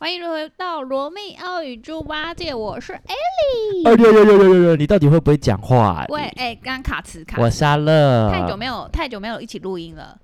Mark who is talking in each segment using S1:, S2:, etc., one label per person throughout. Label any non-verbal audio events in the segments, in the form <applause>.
S1: 欢迎回到罗密欧与猪八戒，我是 A。
S2: 哎呦呦呦呦呦呦！你到底会不会讲话、
S1: 喂，哎、刚卡词卡
S2: 我啊
S1: 词，
S2: 沙乐。
S1: 太久没有太久没有一起录音了，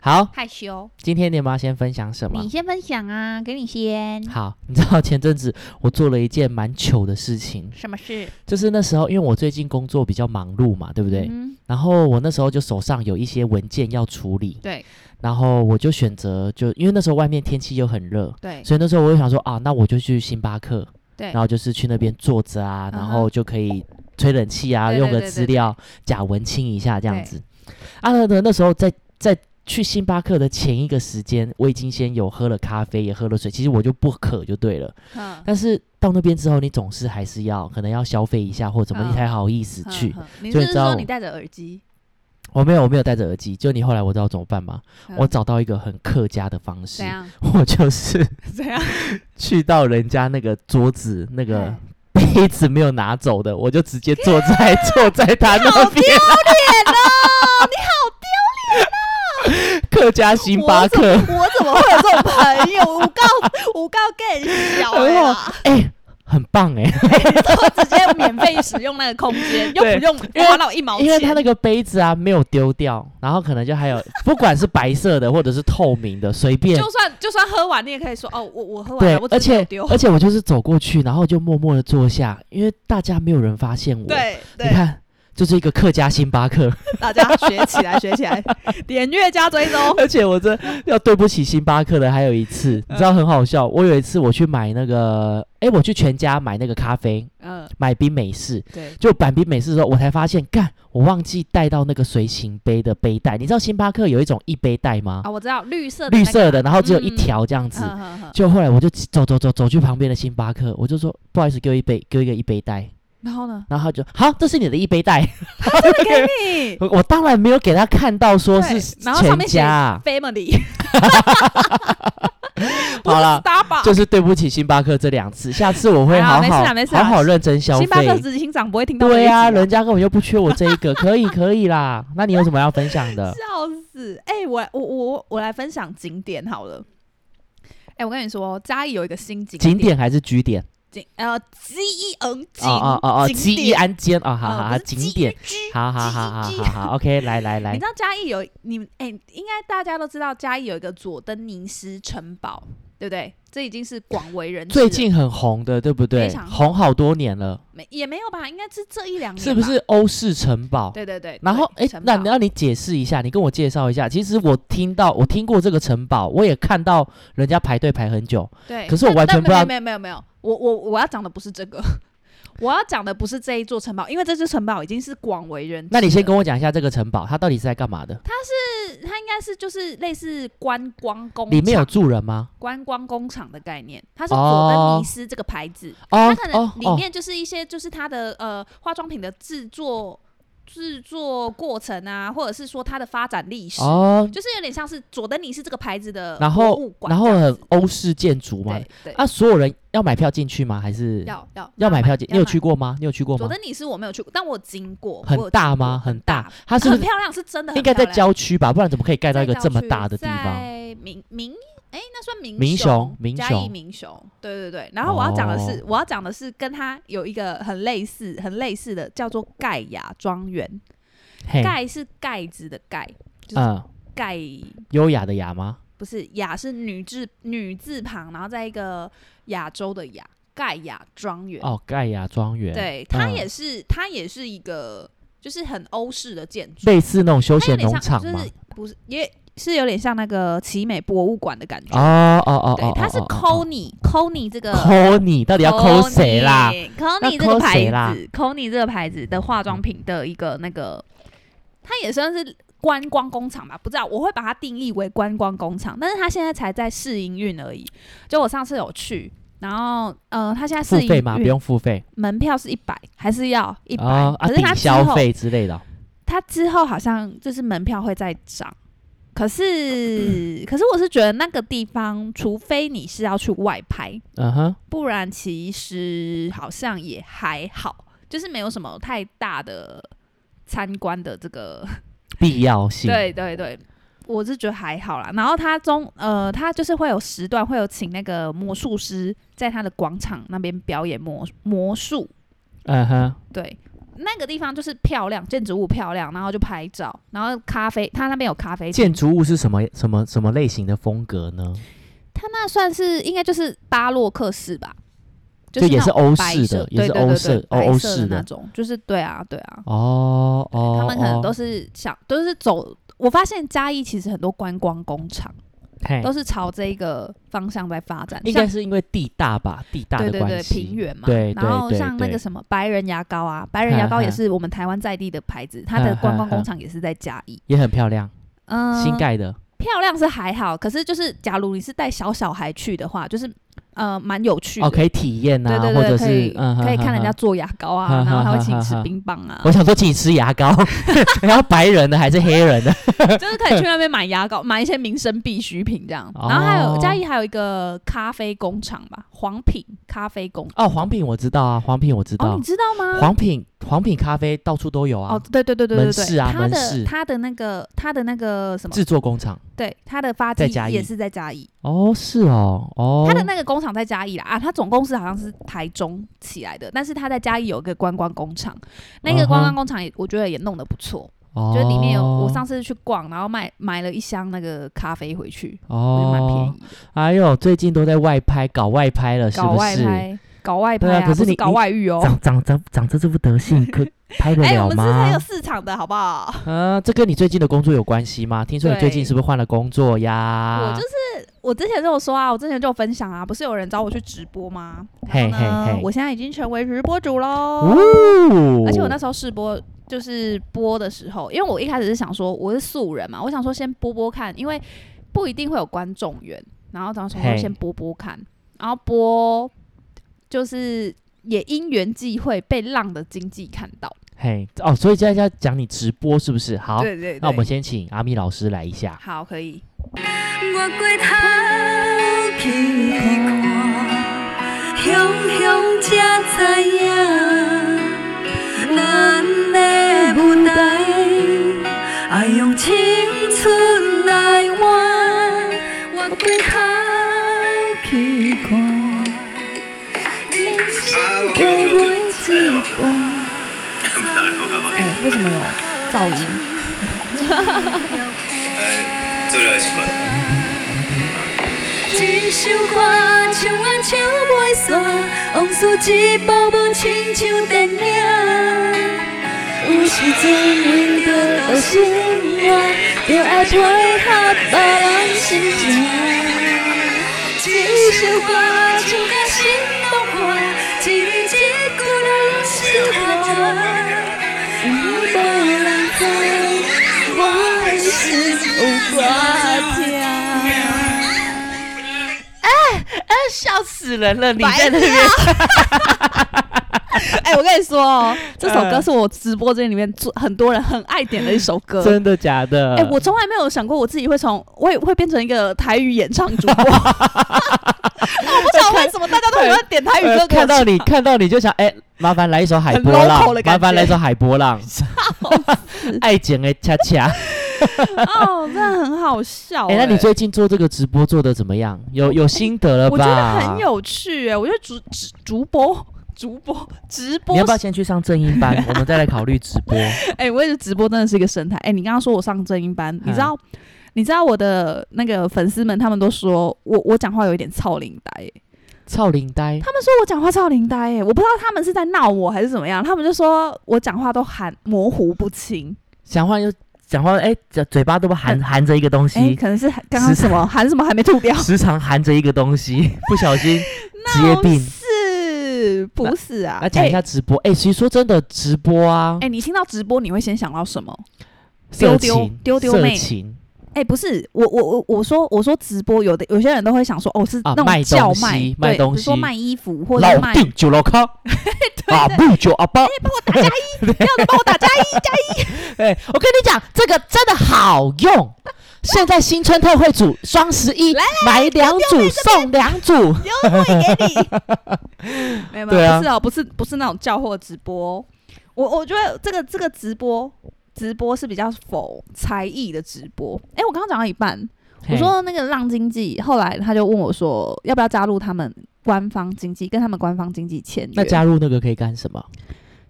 S2: 好，
S1: 害羞。
S2: 今天你们要先分享什么
S1: 你？先分享啊，给你先。
S2: 好，你知道前阵子我做了一件蛮糗的事情，
S1: 什么事？
S2: 就是那时候因为我最近工作比较忙碌嘛，对不对？
S1: 嗯
S2: 然后我那时候就手上有一些文件要处理，
S1: 对
S2: 然后我就选择就因为那时候外面天气又很热，
S1: 对
S2: 所以那时候我就想说啊，那我就去星巴克，
S1: 对
S2: 然后就是去那边坐着啊，
S1: 哎嗯哼
S2: 然后就可以吹冷气啊，
S1: 对对
S2: 用
S1: 对
S2: 个
S1: 对
S2: 资料假文青一下这样
S1: 对
S2: 子。啊，那那那时候在在去星巴克的前一个时间，我已经先有喝了咖啡，也喝了水，其实我就不渴就对了。
S1: 嗯，
S2: 但是到那边之后，你总是还是要可能要消费一下或怎么，
S1: 嗯
S2: 你才好意思
S1: 嗯
S2: 去。
S1: 嗯你是
S2: 就
S1: 不
S2: 你
S1: 是
S2: 知道
S1: 说
S2: 我
S1: 你戴着耳机？
S2: 我没有，我没有戴着耳机。就你后来我知道怎么办吗？
S1: 嗯
S2: 我找到一个很客家的方式
S1: 怎，样
S2: <laughs> 我就是
S1: 怎样？
S2: 去到人家那个桌子那个
S1: 哎。啊
S2: 杯子没有拿走的，我就直接坐
S1: <laughs>
S2: 在坐在他那边。客家星巴克，
S1: 我怎么会有这种朋友？我告我告更小
S2: <laughs> 哎呦
S1: 了，
S2: 哎、很棒哎、
S1: 我直接免费使用那个空间，又
S2: 对
S1: 不用
S2: 因为
S1: 花到一毛
S2: 因为他
S1: 钱。
S2: 那个杯子啊没有丢掉，然后可能就还有，不管是白色的或者是透明的，随便
S1: 就。算就算喝完，你也可以说哦，我我喝完
S2: 对
S1: 了，我，
S2: 而
S1: 只是没有
S2: 且
S1: 丢。
S2: 而且我就是走过去，然后就默默的坐下，因为大家没有人发现我。，
S1: 对
S2: 你
S1: 对，
S2: 看，就是一个客家星巴克，
S1: 大家学起来，学起 <laughs> 来，点阅加追踪。
S2: <laughs> 而且我这要对不起星巴克的，还有一次，你知
S1: 嗯
S2: 道很好笑。我有一次我去买那个，哎，我去全家买那个咖啡，
S1: 嗯，
S2: 买冰美式。
S1: 对，
S2: 就板冰美式的时候，我才发现，干，我忘记带到那个随行杯的杯带。你知道星巴克有一种一杯带吗？
S1: 啊，我知道绿色的
S2: 绿
S1: 那个
S2: 色的，然后只有一
S1: 嗯
S2: 条这样子。
S1: 呵呵呵
S2: 就后来我就走走走走去旁边的星巴克，我就说不好意思，给我一杯，给我一个一杯带。
S1: 然后呢？
S2: 然后他就好，这是你的一杯带。
S1: 给你
S2: <laughs> 我我当然没有给他看到说是
S1: 对然后上
S2: 全
S1: 面写
S2: 家啊，
S1: family，
S2: <laughs> 好啦
S1: s t a r b u
S2: 就是是对不起星巴克这两次，下次我会
S1: 好
S2: 好
S1: 啦没事
S2: 好
S1: 啦没事啦
S2: 好好认真消
S1: 星巴克
S2: 费。
S1: 执行长不会听到这一
S2: 对
S1: 集
S2: 呀、
S1: 啊，
S2: 人家根本就不缺我这一个，可以可以啦。那你有什么要分享的？
S1: 笑死！哎、我我我我来分享景点好了。哎、我跟你说，嘉义有一个新景
S2: 景
S1: 点，
S2: 点还是居点？
S1: 景呃基一嗯景
S2: 哦哦哦哦，基
S1: 景
S2: 一
S1: 点
S2: 安监哦，好
S1: 呃
S2: 好
S1: 不
S2: 好，
S1: 是基
S2: 景
S1: 一
S2: 点，
S1: 居
S2: 好好好好
S1: 基一
S2: 好好，OK，来来
S1: 你
S2: 来
S1: 知，道嘉义有你们哎、应该大家都知道嘉义有一个佐登尼斯城堡，对不对？这已经是广为人知了。
S2: 最近很红的，对不对？
S1: 常红
S2: 红好多年了，
S1: 没也没有吧？应该是这一两年，
S2: 是不是？欧式城堡？
S1: 对对对。
S2: 然后，
S1: 哎
S2: 哎，，那那你解释一下，你跟我介绍一下。其实我听到，我听过这个城堡，我也看到人家排队排很久。
S1: 对，
S2: 可是我
S1: 但
S2: 完
S1: 但
S2: 全不知道
S1: 没有没有没有没有，我我我要讲的不是这个， <laughs> 我要讲的不是这一座城堡，因为这座城堡已经是广为人知
S2: 那
S1: 了。
S2: 你先跟我讲一下这个城堡，它到底是在干嘛的？
S1: 是它应该是就是类似观光工
S2: 里面有哦
S1: 厂、
S2: 住人吗？
S1: 观光工厂的概念，它是佐登尼斯这个牌子，
S2: 哦
S1: 它可
S2: 哦
S1: 能里
S2: 哦，
S1: 面就是一些就是它的呃化妆品的制作制作过程啊，或者是说它的发展历史，
S2: 哦，
S1: 就是有点像是佐登尼斯这个牌子的
S2: 然
S1: 博
S2: 后
S1: 物馆
S2: 然
S1: 这
S2: 后
S1: 样子，
S2: 很欧式建筑嘛。
S1: 对对、
S2: 啊，所有人要买票进去吗？还是
S1: 要要
S2: 要买票进？你有
S1: 要买
S2: 去过吗？你有去过
S1: 佐
S2: 吗？
S1: 登尼斯我没有去过，但我经过，我有
S2: 很大
S1: 经过
S2: 吗？很大，，它
S1: 它
S2: 是不
S1: 很
S2: 是
S1: 漂亮，是真的很
S2: 应该在
S1: 漂亮
S2: 郊区吧？不然怎么可以盖到一个
S1: 在郊
S2: 这么
S1: 区
S2: 大的地方？
S1: 在明明哎，那算明
S2: 民
S1: 雄
S2: 雄民
S1: 嘉义
S2: 雄
S1: 明雄，对对对。然后我要讲的是，
S2: 哦
S1: 我要讲的是跟它有一个很类似、很类似的，叫做盖亚庄园。
S2: 嘿，
S1: 盖是盖子的盖，就是
S2: 嗯，
S1: 盖
S2: 优雅的雅吗？
S1: 不是雅是女字女字旁，然后在一个亚洲的亚，盖亚庄园。
S2: 哦，盖亚庄园，，
S1: 对，它
S2: 嗯
S1: 也是、它也是一个就是很欧式的建筑。
S2: 类似那种休
S1: 它有
S2: 闲
S1: 点
S2: 农
S1: 像，
S2: 场
S1: 就
S2: 吗
S1: 是？不是也是有点像那个奇美博物馆的感觉。
S2: 哦哦哦哦，
S1: 对，它是抠你抠你这个
S2: 抠你，到底要抠谁啦？
S1: 抠你
S2: 那
S1: 这个
S2: 抠谁
S1: 牌
S2: 啦
S1: 子，抠你这个牌子的化妆品的一个那个，它也算是观光工厂吧？不知道，我会把它定义为观光工厂，但是它现在才在试营运而已。就我上次有去。然后，呃，它现在
S2: 付
S1: 试营
S2: 费吗？不
S1: 运，
S2: 用付费
S1: 门票是一百，还是要一百、
S2: 哦啊，
S1: 可是它
S2: 抵
S1: 之
S2: 消
S1: 后，
S2: 费之类的哦。
S1: 它之后好像就是门票会再涨，
S2: <coughs>
S1: 可是可是我是觉得那个地方，除非你是要去外拍，
S2: 嗯哼，
S1: 不然其实好像也还好，就是没有什么太大的参观的这个。
S2: 必要性。
S1: <laughs> 对对对，我是觉得还好啦。然后它中呃，它就是会有时段会有请那个魔术师在他的广场那边表演魔魔术，
S2: 嗯哼，
S1: 对，那个地方就是漂亮，建筑物漂亮，然后就拍照，然后咖啡，它那边有咖啡厅，
S2: 建筑物是什么什么什么类型的风格呢？
S1: 它那算是应该就是巴洛克式吧，就
S2: 也是
S1: 那种
S2: 欧
S1: 白
S2: 式
S1: 色
S2: 的也
S1: 对
S2: 是
S1: 对
S2: 欧
S1: 对
S2: 式
S1: 对
S2: 欧
S1: 白
S2: 欧
S1: 色
S2: 式
S1: 的那
S2: 的
S1: 种，就是对啊对啊，
S2: 哦哦，
S1: 他们可能
S2: 哦
S1: 都是想都是走。我发现嘉义其实很多观光工厂
S2: 嘿
S1: 都是朝这一个方向在发展，
S2: 哎应
S1: 像
S2: 该是因为地大吧，地大
S1: 对
S2: 的
S1: 对
S2: 关
S1: 对
S2: 系，
S1: 平原嘛。
S2: 对对
S1: 然后
S2: 对
S1: 像那
S2: 对
S1: 个什么白人牙膏啊，白人牙膏也
S2: 哼哼
S1: 是我们台湾在地的牌子，它的
S2: 哼
S1: 观光
S2: 哼
S1: 工
S2: 哼
S1: 厂也是在嘉义。
S2: 也很漂亮，
S1: 嗯，
S2: 新盖的，
S1: 漂亮是还好，可是就是假如你是带小小孩去的话，就是呃蛮有趣的。
S2: 哦，可以体验
S1: 对
S2: 啊，
S1: 对
S2: 或者
S1: 对，可
S2: 是
S1: 以、
S2: 嗯，
S1: 可以看人家
S2: 哼。哼哼
S1: 做牙
S2: <laughs>
S1: 膏啊，
S2: 哼
S1: 然后
S2: 哼
S1: 他会
S2: 哼
S1: 请
S2: 哼
S1: 吃
S2: 哼
S1: 冰棒啊， <laughs>
S2: 我想说请你吃牙膏， <laughs> 然后白人的还是黑人的？
S1: 就是可以去那边买牙膏，买一些民生必需品这样。然后还有
S2: 哦
S1: 嘉义还有一个咖啡工厂吧，黄品咖啡工厂。
S2: 哦，黄品我知道啊，黄品我知
S1: 哦，
S2: 道
S1: 你，知道吗？
S2: 黄品黄品咖啡到处都有啊
S1: 哦，，对对对对对
S2: 门市
S1: 对，
S2: 啊
S1: 他
S2: 门市
S1: 的他的那个他的那个什么，
S2: 制作工厂。
S1: 对，他的发
S2: 在
S1: 迹
S2: 嘉义
S1: 也是在嘉义，
S2: 哦，是哦，哦，
S1: 他的那个工厂在嘉义啦啊，他总公司好像是台中起来的，但是他在嘉义有一个观光工厂，那个
S2: 嗯哼
S1: 观光工厂也我觉得也弄得不错，
S2: 哦
S1: 就是里面有我上次去逛，然后买买了一箱那个咖啡回去，我觉得蛮便
S2: 哦，
S1: 宜的。
S2: 哎呦，最近都在外拍，搞外拍了，是
S1: 搞
S2: 不
S1: 外
S2: 是？
S1: 拍，搞外拍
S2: 对啊可
S1: 不
S2: 是你
S1: 搞
S2: 你
S1: 外遇哦。
S2: 长长长长这这副德性，
S1: <laughs>
S2: 可拍得
S1: 哎、我
S2: 了
S1: 们是很
S2: 吗
S1: 有？市场的好不好？
S2: 啊，这跟你最近的工作有关系吗？听说你最近
S1: 对
S2: 是不是换了工作呀？
S1: 我就是我之前就有说啊，我之前就有分享啊，不是有人找我去直播吗？
S2: 嘿
S1: 然后
S2: 嘿
S1: 呢
S2: 嘿
S1: 我现在已经成为直播主喽。
S2: 哦，
S1: 而且我那时候试播就是播的时候，因为我一开始是想说我是素人嘛，我想说先播播看，因为不一定会有观众缘，然后当时
S2: 嘿
S1: 我先播播看，然后播就是也因缘际会被浪的经济看到，
S2: 嘿哦，所以现在要讲你直播是不是？好，
S1: 对对对，
S2: 那我们先请阿咪老师来一下。
S1: 好可以。
S3: 我过头去看，雄雄才知影，咱的舞台爱用青春来换。我过头去看，人生的每一段。
S1: 哎、为什么有噪音？ <laughs>
S3: 一首歌唱啊唱袂煞，往事一幕幕亲像电影。有时阵面对生活，就爱配合别人心情。一首歌唱到心拢破，一字一句拢是我。有无人知我的心有多痛？
S2: 笑死人了！你
S1: 白痴啊！
S2: <laughs>
S1: 哎、我跟你说哦，这首
S2: 嗯
S1: 歌是我直播间里面最很多人很爱点的一首歌。
S2: 真的假的？
S1: 哎、我从来没有想过我自己会从我也会变成一个台语演唱主播。 <laughs> 我不晓得为什么大家都喜欢点台语歌
S2: 呃
S1: 给我
S2: 哎看到
S1: 唱。
S2: 你看到你就想，哎，麻烦来一首海
S1: 很
S2: 波
S1: local
S2: 浪
S1: 的，感
S2: 麻烦
S1: 觉
S2: 来一首海波浪，爱情的恰恰。
S1: 哦，真的很好笑、
S2: 哎，那你最近做这个直播做的怎么样？有有心得了吧？
S1: 我觉得很。有趣哎、我觉得主主主播。主播直播
S2: 你要不要先去上正音
S1: <laughs>
S2: 班？我们再来考虑直播。
S1: 哎、我也是直播真的是一个神态。哎、你刚刚说我上正音班，
S2: 嗯
S1: 你知道，你知道我的那个粉丝们，他们都说我我讲话有一点操领呆、哎
S2: 操领呆，
S1: 他们说我讲话操领呆、哎，我不知道他们是在闹我还是怎么样，他们就说我讲话都含模糊不清，
S2: 讲话又讲话，哎，嘴嘴巴都不含含着一个东
S1: 哎、
S2: 西，
S1: 可能是含刚刚什么含什么还没吐掉，
S2: <laughs> 时常含着一个东
S1: <laughs>
S2: 西，不小心职业病。
S1: 是不是啊？
S2: 来讲一
S1: 哎
S2: 下直播，哎，其实说真的，直播啊
S1: 哎、，你听到直播你会先想到什么？
S2: 色
S1: 丢丢
S2: 情
S1: 丢丢
S2: 色
S1: 妹
S2: 情
S1: 哎、不是，我我我我说我说直播，有的有些人都会想说，哦，是
S2: 啊
S1: 那
S2: 卖
S1: 种叫
S2: 东
S1: 卖，
S2: 西
S1: 对，
S2: 卖东
S1: 比如说
S2: 西
S1: 卖衣服或者
S2: 老
S1: 卖 <laughs> 哎
S2: 定九楼康， <laughs> 阿布九阿八，
S1: 帮我打加一，不要你帮我打加一。
S2: 哎，我跟你讲，这个真的好用。现在新春特惠组双十一，买两组送两组。 <laughs>
S1: 没有，
S2: 对
S1: 没
S2: 啊
S1: 有，不是哦，不是不是那种叫货直播哦。我我觉得这个这个直播直播是比较否才艺的直播。哎、我刚刚讲到一半，我说那个浪经济，后来他就问我说，要不要加入他们官方经济，跟他们官方经济签
S2: 那
S1: 约？
S2: 加入那个可以干什么？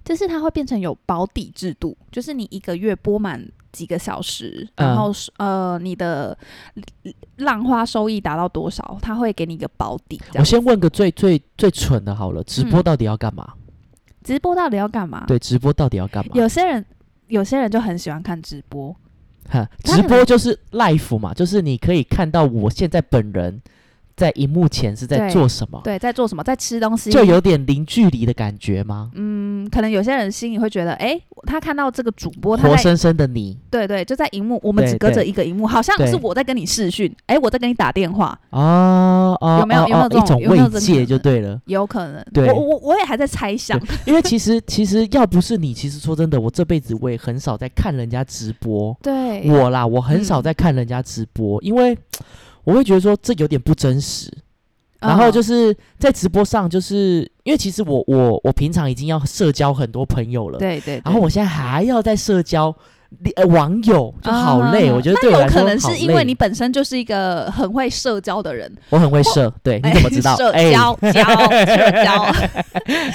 S1: 就是它会变成有保底制度，就是你一个月播满几个小时，
S2: 嗯
S1: 然后是、呃你的浪花收益达到多少，它会给你一个保底。这
S2: 我
S1: 样
S2: 先问个最最最蠢的好了，直播到底要干嘛？
S1: 直播到底要干嘛？
S2: 对，直播到底要干嘛？
S1: 有些人有些人就很喜欢看直播，
S2: 哦哈，
S1: 他
S2: 直
S1: 可
S2: 播
S1: 能
S2: 就是 live 嘛，就是你可以看到我现在本人在荧幕前是在
S1: 对
S2: 做什么，
S1: 对，在做什么，在吃东西，
S2: 就有点零距离的感觉吗？
S1: 嗯，可能有些人心里会觉得，哎、他看到这个主播，他
S2: 活
S1: 在
S2: 生生的你
S1: 对对，就在荧幕，我们
S2: 对
S1: 只隔着
S2: 对
S1: 一个荧幕，好像
S2: 对
S1: 是我在跟你视讯，哎、我在跟你打电话，
S2: 哦哦，
S1: 有没有
S2: 哦
S1: 有没有
S2: 哦
S1: 这
S2: 一种
S1: 种有没有这
S2: 慰
S1: 种
S2: 藉
S1: 可
S2: 就
S1: 能
S2: 对了？
S1: 有可能，
S2: 对
S1: 我我我也还在猜想，
S2: 因为其实其实要不是你，其实说真的，我这辈子我也很少在看人家直播。
S1: 对
S2: 我啦，我很少
S1: 哎嗯
S2: 在看人家直播，因为我会觉得说这有点不真实。
S1: 嗯
S2: 然后就是是在直播上，就是因为其实我我我平常已经要社交很多朋友了，
S1: <laughs> 对对，
S2: 然后我现在还要再社交呃网友，就好累。
S1: 啊
S2: 我觉得对我
S1: 那
S2: 来
S1: 有
S2: 说
S1: 可能
S2: 好
S1: 是因为
S2: 累
S1: 你本身就是一个很会社交的人，
S2: 我很会社，对，你怎么知道？
S1: 社
S2: 哎 <laughs>
S1: 交、交、社交。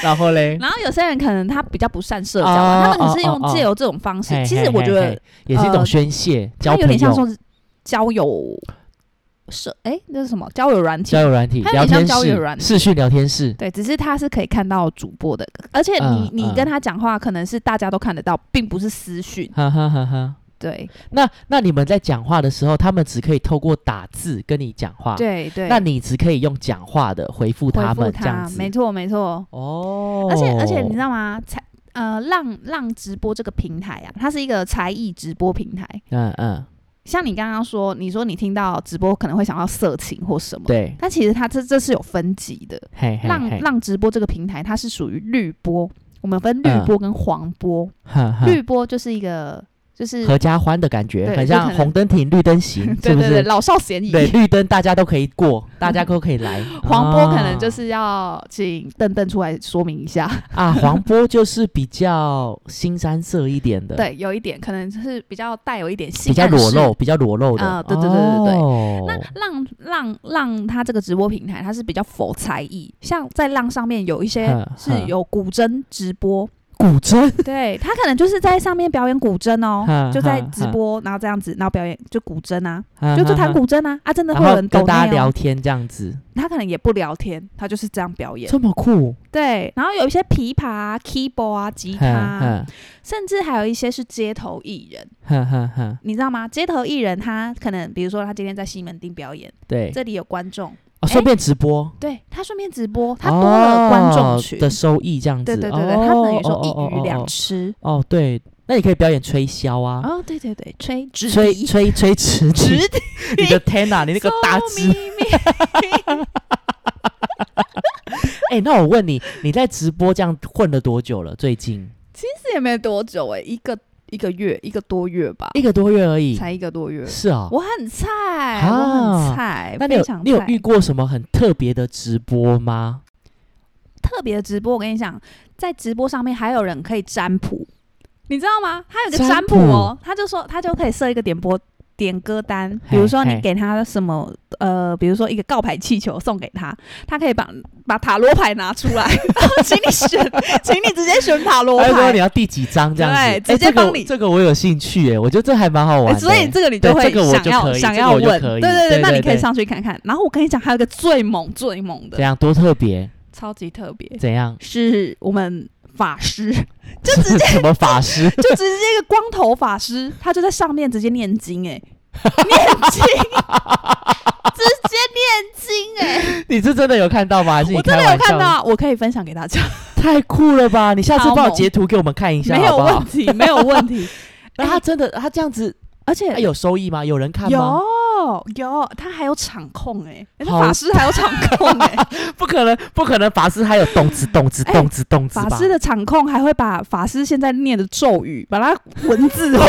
S2: 然后嘞，
S1: 然后有些人可能他比较不善社交嘛，他
S2: 哦
S1: 们只是
S2: 哦
S1: 用
S2: 哦
S1: 借由这种方式
S2: 嘿。
S1: 其实
S2: 嘿
S1: 我觉
S2: 嘿
S1: 得
S2: 嘿也是一种
S1: 呃
S2: 宣泄，交
S1: 它有
S2: 朋
S1: 点像说
S2: 友，
S1: 是交友社，哎，那是什么？交友软体
S2: 交。友软体，
S1: 它有
S2: 聊
S1: 点像
S2: 天
S1: 交友
S2: 室
S1: 软，体
S2: 视讯聊天室。
S1: 对，只是他是可以看到主播的，而且你
S2: 嗯
S1: 你
S2: 嗯
S1: 跟他讲话，可能是大家都看得到，并不是私讯。
S2: 哈哈哈哈！
S1: 对
S2: 那那你们在讲话的时候，他们只可以透过打字跟你讲话，
S1: 对对，
S2: 啊那你只可以用讲话的回复
S1: 回
S2: 他
S1: 复
S2: 们这样
S1: 他，
S2: 子。
S1: 没错没错。
S2: 哦，
S1: 而且而且你知道吗？才呃浪浪直播这个平台啊，它是一个才艺直播平台。
S2: 嗯嗯，
S1: 像你刚刚说，你说你听到直播可能会想到色情或什么，
S2: 对，
S1: 但其实它这这是有分级的。
S2: 嘿嘿
S1: 浪
S2: 嘿，
S1: 浪直播这个平台，它是属于绿播，我们分绿
S2: 嗯
S1: 播跟黄播。
S2: 哈哈
S1: 绿播就是一个就是
S2: 合家欢的感觉，
S1: 对
S2: 很
S1: 就可
S2: 像
S1: 能
S2: 红灯停绿灯行，
S1: <laughs> 对
S2: 是不
S1: 对对
S2: 是？
S1: 老少咸宜。 <laughs>
S2: 对，绿灯大家都可以过，大家都可以来。
S1: 黄播可能就
S2: 啊
S1: 是要请邓邓出来说明一下，
S2: 啊，黄波就是比较新三色一点的，，
S1: <laughs> 对，有一点可能是比较带有一点性
S2: 比较
S1: 暗示
S2: 裸露，比较裸露的。
S1: 啊对对对对对
S2: 哦
S1: 那浪浪浪，它这个直播平台它是比较否才艺，像在浪上面有一些
S2: 哼
S1: 是
S2: 哼
S1: 有古筝
S2: <laughs>
S1: 直播，
S2: 古筝，
S1: 对他可能就是在上面表演古筝哦
S2: 哼，
S1: 就在
S2: 哼
S1: 直播，然后这样子，然后表演就古筝啊，
S2: 哈
S1: 就
S2: 哈
S1: 就弹
S2: 哈
S1: 古筝啊，啊真的
S2: 然
S1: 会
S2: 后
S1: 有人
S2: 跟
S1: 抖
S2: 大家
S1: 内
S2: 聊
S1: 哦，
S2: 天这样子，
S1: 他可能也不聊天，他就是这样表演，
S2: 这么酷，
S1: 对，然后有一些琵琶啊、keyboard 啊、吉他啊，
S2: 哈
S1: 甚至还有一些是街头艺人，
S2: 哈哈哈，
S1: 你知道吗？街头艺人他可能比如说他今天在西门町表演，
S2: 对，
S1: 这里有观众。
S2: 哦顺便直播，
S1: 对他顺便直播，他多了观众
S2: 哦
S1: 群，
S2: 的收益这样子，
S1: 对对对对，他
S2: 哦
S1: 等于
S2: 哦哦
S1: 说一鱼
S2: 哦
S1: 两吃。
S2: 哦，对，那你可以表演吹箫啊，
S1: 哦，对对对，吹直
S2: 吹
S1: 笛
S2: 吹吹直笛，
S1: 直笛，
S2: <laughs> 你的天呐，你那个大
S1: 咪
S2: 指，
S1: <laughs>
S2: 哎，那我问你，你在直播这样混了多久了？最近
S1: 这也没多久哎，一个一个月，一个多月吧，
S2: 一个多月而已，
S1: 才一个多月。
S2: 是啊。
S1: 我很菜，
S2: 啊
S1: 我很菜，
S2: 那你有
S1: 非常
S2: 你有
S1: 菜
S2: 遇过什么很特别的直播
S1: <laughs>
S2: 吗？
S1: 特别的直播？我跟你讲，在直播上面还有人可以占卜，你知道吗？他有个
S2: 占
S1: 占卜哦，他就说他就可以设一个点播点歌单，比如说
S2: 嘿
S1: 你
S2: 嘿
S1: 给他什么呃，比如说一个告白气球送给他，他可以把把塔罗牌拿出来，
S2: <laughs>
S1: 然后请你选，请你直接选塔罗
S2: 他就说哎你
S1: 牌。
S2: 要第几张这样子，
S1: 对
S2: 哎
S1: 直接
S2: 这个
S1: 帮
S2: 我
S1: 你
S2: 这个我有兴趣哎，我觉得这还蛮好玩
S1: 哎
S2: 的。
S1: 所以这个你
S2: 对
S1: 就会
S2: 这个我
S1: 想
S2: 就
S1: 要、
S2: 可以
S1: 想
S2: 这个
S1: 要
S2: 我就
S1: 问，
S2: 可以
S1: 对对
S2: 对
S1: 那你
S2: 对
S1: 可以
S2: 对
S1: 上去看看。然后我跟你讲，还有一个最猛最猛
S2: 怎
S1: 的，
S2: 样多特别？
S1: 超级特别，？
S2: 怎样
S1: 是我们法师，就直接
S2: <laughs> 什么法
S1: <laughs>
S2: 师？
S1: 就直接一个光头法师，他就在上面直接念经、欸，念经，直接念经、欸， <laughs>
S2: 你是真的有看到吗？还是你
S1: 我真
S2: 开
S1: 的
S2: 玩
S1: 有
S2: 笑
S1: 看到啊，我可以分享给大家，
S2: 太酷了吧！你下次
S1: 超
S2: 帮我
S1: 猛
S2: 截图给我们看一下，
S1: 没有
S2: 好不好
S1: 问？题，没有
S2: <laughs>
S1: 问题，欸
S2: 那他真的他这样子，
S1: 而且
S2: 他有收益吗？有人看吗？
S1: 有有，他还有场控哎、欸，那
S2: 好
S1: 法师还有场控
S2: <laughs>
S1: 哎、
S2: 不可能，不可能！法师还有动词、动词、
S1: 哎
S2: 动词、动词吧？
S1: 法师的场控还会把法师现在念的咒语
S2: <laughs>
S1: 把它文字化，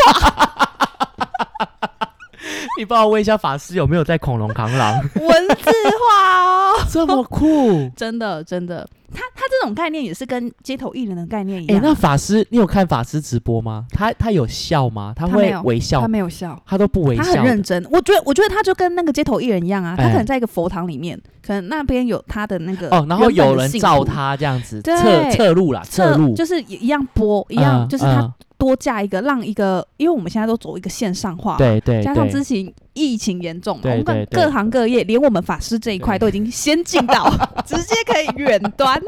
S2: 你帮我问一下，法师有没有在恐
S1: <laughs>
S2: 龙扛狼？
S1: 文字化哦。
S2: 这么酷
S1: 真的真的，他他这这种概念也是跟街头艺人的概念一
S2: 哎、
S1: 样。
S2: 那法师，你有看法师直播吗？他他有笑吗？他
S1: 他没
S2: 会
S1: 有
S2: 微笑
S1: 他
S2: 吗，
S1: 没有笑，
S2: 他都不微
S1: 他
S2: 笑
S1: 很
S2: 的。
S1: 认真。我觉得，我觉得他就跟那个街头艺人一样啊，他
S2: 哎
S1: 可能在一个佛堂里面，可能那边有他的那个
S2: 哦，然后
S1: 原本的
S2: 有人
S1: 信
S2: 照
S1: 徒
S2: 他这样子
S1: 对
S2: 侧侧路啦，
S1: 这
S2: 侧路
S1: 就是一样播一样，
S2: 嗯
S1: 就是他
S2: 嗯
S1: 多加一个，让一个，因为我们现在都走一个线上化，
S2: 对对
S1: 加上
S2: 对
S1: 之前疫情严重嘛，
S2: 对
S1: 我们
S2: 对
S1: 各
S2: 对
S1: 各行各业，连我们法师这一块
S2: 对
S1: 都已经先进
S2: <laughs>
S1: 到直接可以远端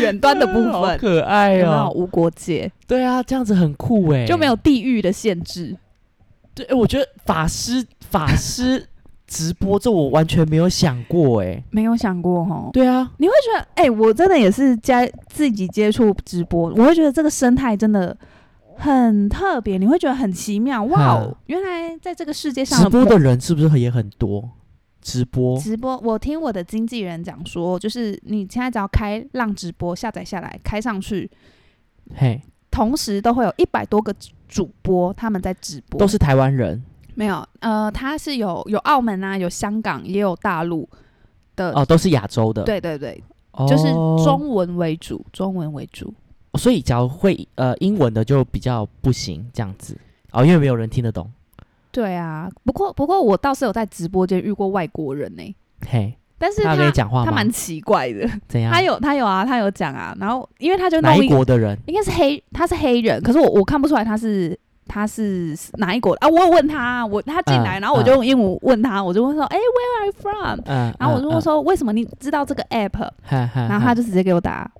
S1: 远端的部
S2: 嗯好
S1: 分，
S2: 可爱
S1: 有没有
S2: 哦、
S1: 无国界
S2: 对啊，这样子很酷哎、
S1: 就没有地域的限制？
S2: 对，哎我觉得法师法师直播这我完全没有想过哎、
S1: 没有想过哦。
S2: 对啊，
S1: 你会觉得，哎、我真的也是接自己接触直播，我会觉得这个生态真的很特别，你会觉得很奇妙，哇哦！
S2: 嗯
S1: 原来在这个世界上
S2: 直播的人是不是也很多？直播
S1: 直播，我听我的经纪人讲说，就是你现在只要开浪直播，下载下来开上去，
S2: 嘿，
S1: 同时都会有一百多个主播他们在直播，
S2: 都是台湾人
S1: 没有呃，它是有有澳门啊，有香港，也有大陆的，
S2: 哦，都是亚洲的，
S1: 呃对对对，
S2: 哦，
S1: 就是中文为主，中文为主。
S2: 所以假如会呃英文的就比较不行这样子哦，因为没有人听得懂。
S1: 对啊，不过不过我倒是有在直播间遇过外国人呢、
S2: 嘿，
S1: 但是
S2: 他
S1: 他
S2: 有跟你讲话
S1: 他
S2: 吗
S1: 蛮？奇怪
S2: <laughs>
S1: 的，
S2: 怎样？
S1: 他有他有啊，他有讲啊，然后因为他就
S2: 哪
S1: 弄
S2: 一
S1: 一个
S2: 国的人？
S1: 应该是黑，他是黑人，可是我我看不出来他是他是哪一国的啊。我有问他，我他进来，
S2: 嗯
S1: 然后我就用英文问他，我就问说，哎、w h e r e are you from？
S2: 嗯，
S1: <laughs> 然后我
S2: 嗯
S1: 就问，说，为什么你知道这个 app？
S2: 然
S1: 然后他
S2: 就
S1: 就直接给我答，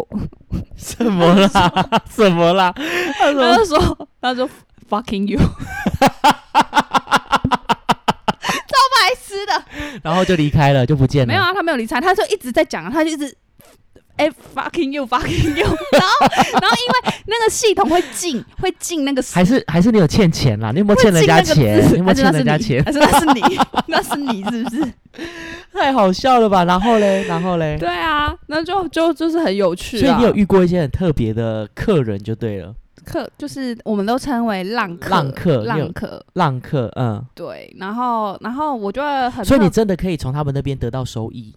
S2: <laughs> 什么
S1: <laughs>
S2: 啦？什么啦？他
S1: 他
S2: 说
S1: 就说，他就说 fucking
S2: <laughs>
S1: you，超白痴的。
S2: 然后就离开了，就不见了。
S1: 没有啊，他没有理睬，他就一直在讲啊，他就一直。哎、f u c k i n g you，fucking you，然 <laughs> 后，然后因为那个系统会
S2: <laughs>
S1: 进，会进那个
S2: 还是还是你有欠钱啦？你有没有欠人家钱？你有没有
S1: 还是
S2: 欠
S1: 那是
S2: 人
S1: 你
S2: 家钱？
S1: <laughs> 还是那是你，那是你是不
S2: <laughs>
S1: 是？
S2: 太好笑了吧？然后嘞，然后嘞，
S1: 对啊，那就就就是很有趣、啊。
S2: 所以你有遇过一些很特别的客人就对了，
S1: 客，就是我们都称为浪客，
S2: 浪客你有
S1: 浪客。
S2: 浪客，嗯，
S1: 对，然后然后我觉得很特，
S2: 所以你真的可以从他们那边得到收益。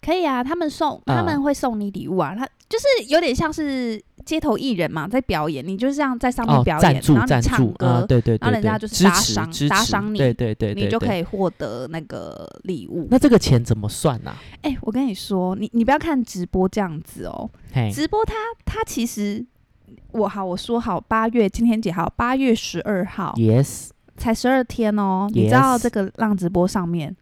S1: 可以啊，他们送
S2: 嗯
S1: 他们会送你礼物啊，他就是有点像是街头艺人嘛，在表演，你就是这样在上面
S2: 哦，
S1: 表演，
S2: 赞助
S1: 然后
S2: 赞
S1: 你
S2: 助
S1: 唱，
S2: 嗯
S1: 歌，
S2: 对对对，
S1: 然后人
S2: 对
S1: 家就是
S2: 支
S1: 打
S2: 持
S1: 赏
S2: 支
S1: 打
S2: 持
S1: 赏你
S2: 对对对，
S1: 你就可
S2: 以。
S1: 以获得那个礼物。
S2: 那这个钱怎么算啊呐？
S1: 哎、我跟你说，你你不要看直播这样子哦，
S2: 嘿，
S1: 直播它它其实我好我说好八月今天几号？八月十二号
S2: Yes，
S1: 才十二天哦。你知
S2: Yes
S1: 道这个浪直播上面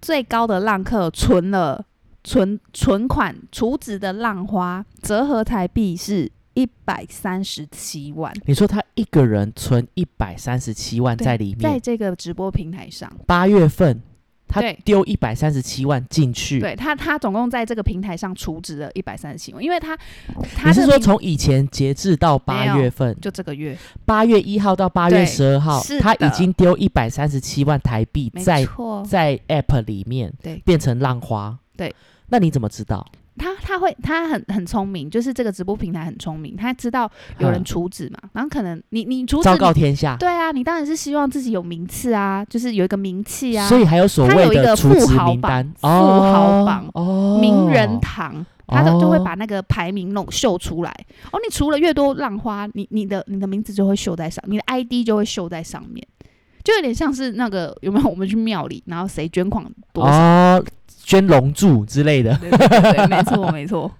S1: 最高的浪客存了存存款储值的浪花折合台币是一百三十七万，
S2: 你说他一个人存一百三十七万
S1: 对
S2: 在里
S1: 在
S2: 面，
S1: 这个直播平台上，
S2: 八月份他
S1: 对
S2: 丢一百三十七万进去。
S1: 对他他总共在这个平台上储值了一百三十七万，因为他他
S2: 你是
S1: 这
S2: 说
S1: 平
S2: 从以前截至到
S1: 没有
S2: 八月份，
S1: 就这个月
S2: 八月一号到八
S1: 对
S2: 月十二号
S1: 是，
S2: 他
S1: 的
S2: 已经丢一百三十七万台币
S1: 没
S2: 在
S1: 错，
S2: 在 App 里面，
S1: 对
S2: 变成浪花。
S1: 对，
S2: 那你怎么知道？
S1: 他他会他很很聪明，就是这个直播平台很聪明，他知道有人
S2: 嗯
S1: 处置嘛，然后可能你你处置
S2: 昭
S1: 你，
S2: 告天下。
S1: 对啊，你当然是希望自己有名次啊，就是有一个名气啊，
S2: 所以还有所
S1: 它有
S2: 谓
S1: 一个
S2: 的
S1: 富
S2: 储值
S1: 豪
S2: 名
S1: 榜
S2: 单，
S1: 富豪榜
S2: 哦，
S1: 名人堂，他都
S2: 哦
S1: 就会把那个排名弄秀出来。哦，你除了越多浪花，你你的你的名字就会秀在上，你的 ID 就会秀在上面，就有点像是那个有没有我们去庙里，然后谁捐款多少？
S2: 哦，捐龙柱之类的。
S1: 对对对对，没错没错。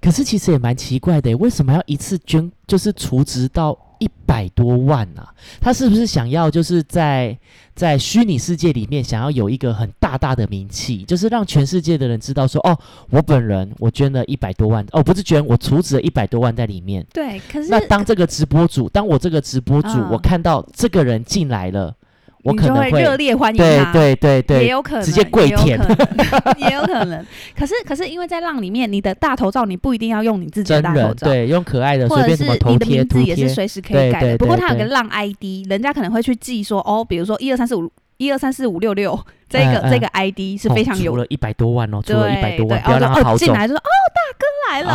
S2: 可是其实也蛮奇怪的，为什么要一次捐就是储值到一百多万呢、啊？他是不是想要就是在在虚拟世界里面想要有一个很大大的名气，就是让全世界的人知道说，哦，我本人我捐了一百多万，哦，不是捐，我储值了一百多万在里面。
S1: <laughs> 对，可是
S2: 那当这个直播主，当我这个直播主，
S1: 嗯
S2: 我看到这个人进来了，我
S1: 你
S2: 可
S1: 就
S2: 能
S1: 会热烈欢迎
S2: 对
S1: 他。
S2: 对对
S1: 也
S2: 对，
S1: 有可能
S2: 直接跪舔
S1: 也有可能， <laughs> 也有可能。可是，可是因为在浪里面，你的大头照你不一定要用你自己的
S2: 真
S1: 大头
S2: 人
S1: 照，
S2: 对，用可爱的
S1: 或
S2: 随
S1: 者
S2: 便
S1: 是
S2: 怎么头
S1: 你的
S2: 贴
S1: 名
S2: 图
S1: 字也
S2: 贴
S1: 是，随时可以改的。
S2: 对对
S1: 不过它有个
S2: 对
S1: 浪 ID，人家可能会去记说，哦，比如说一二三四五一二三四五六六，这个
S2: 嗯嗯
S1: 这个 ID 是
S2: 哦
S1: 非常
S2: 出
S1: 有
S2: 了一百多万哦，出
S1: 对
S2: 了一百多
S1: 对，
S2: 万，不要
S1: 哦
S2: 让
S1: 哦
S2: 他跑
S1: 进
S2: 走。
S1: 来就说哦，大哥来了。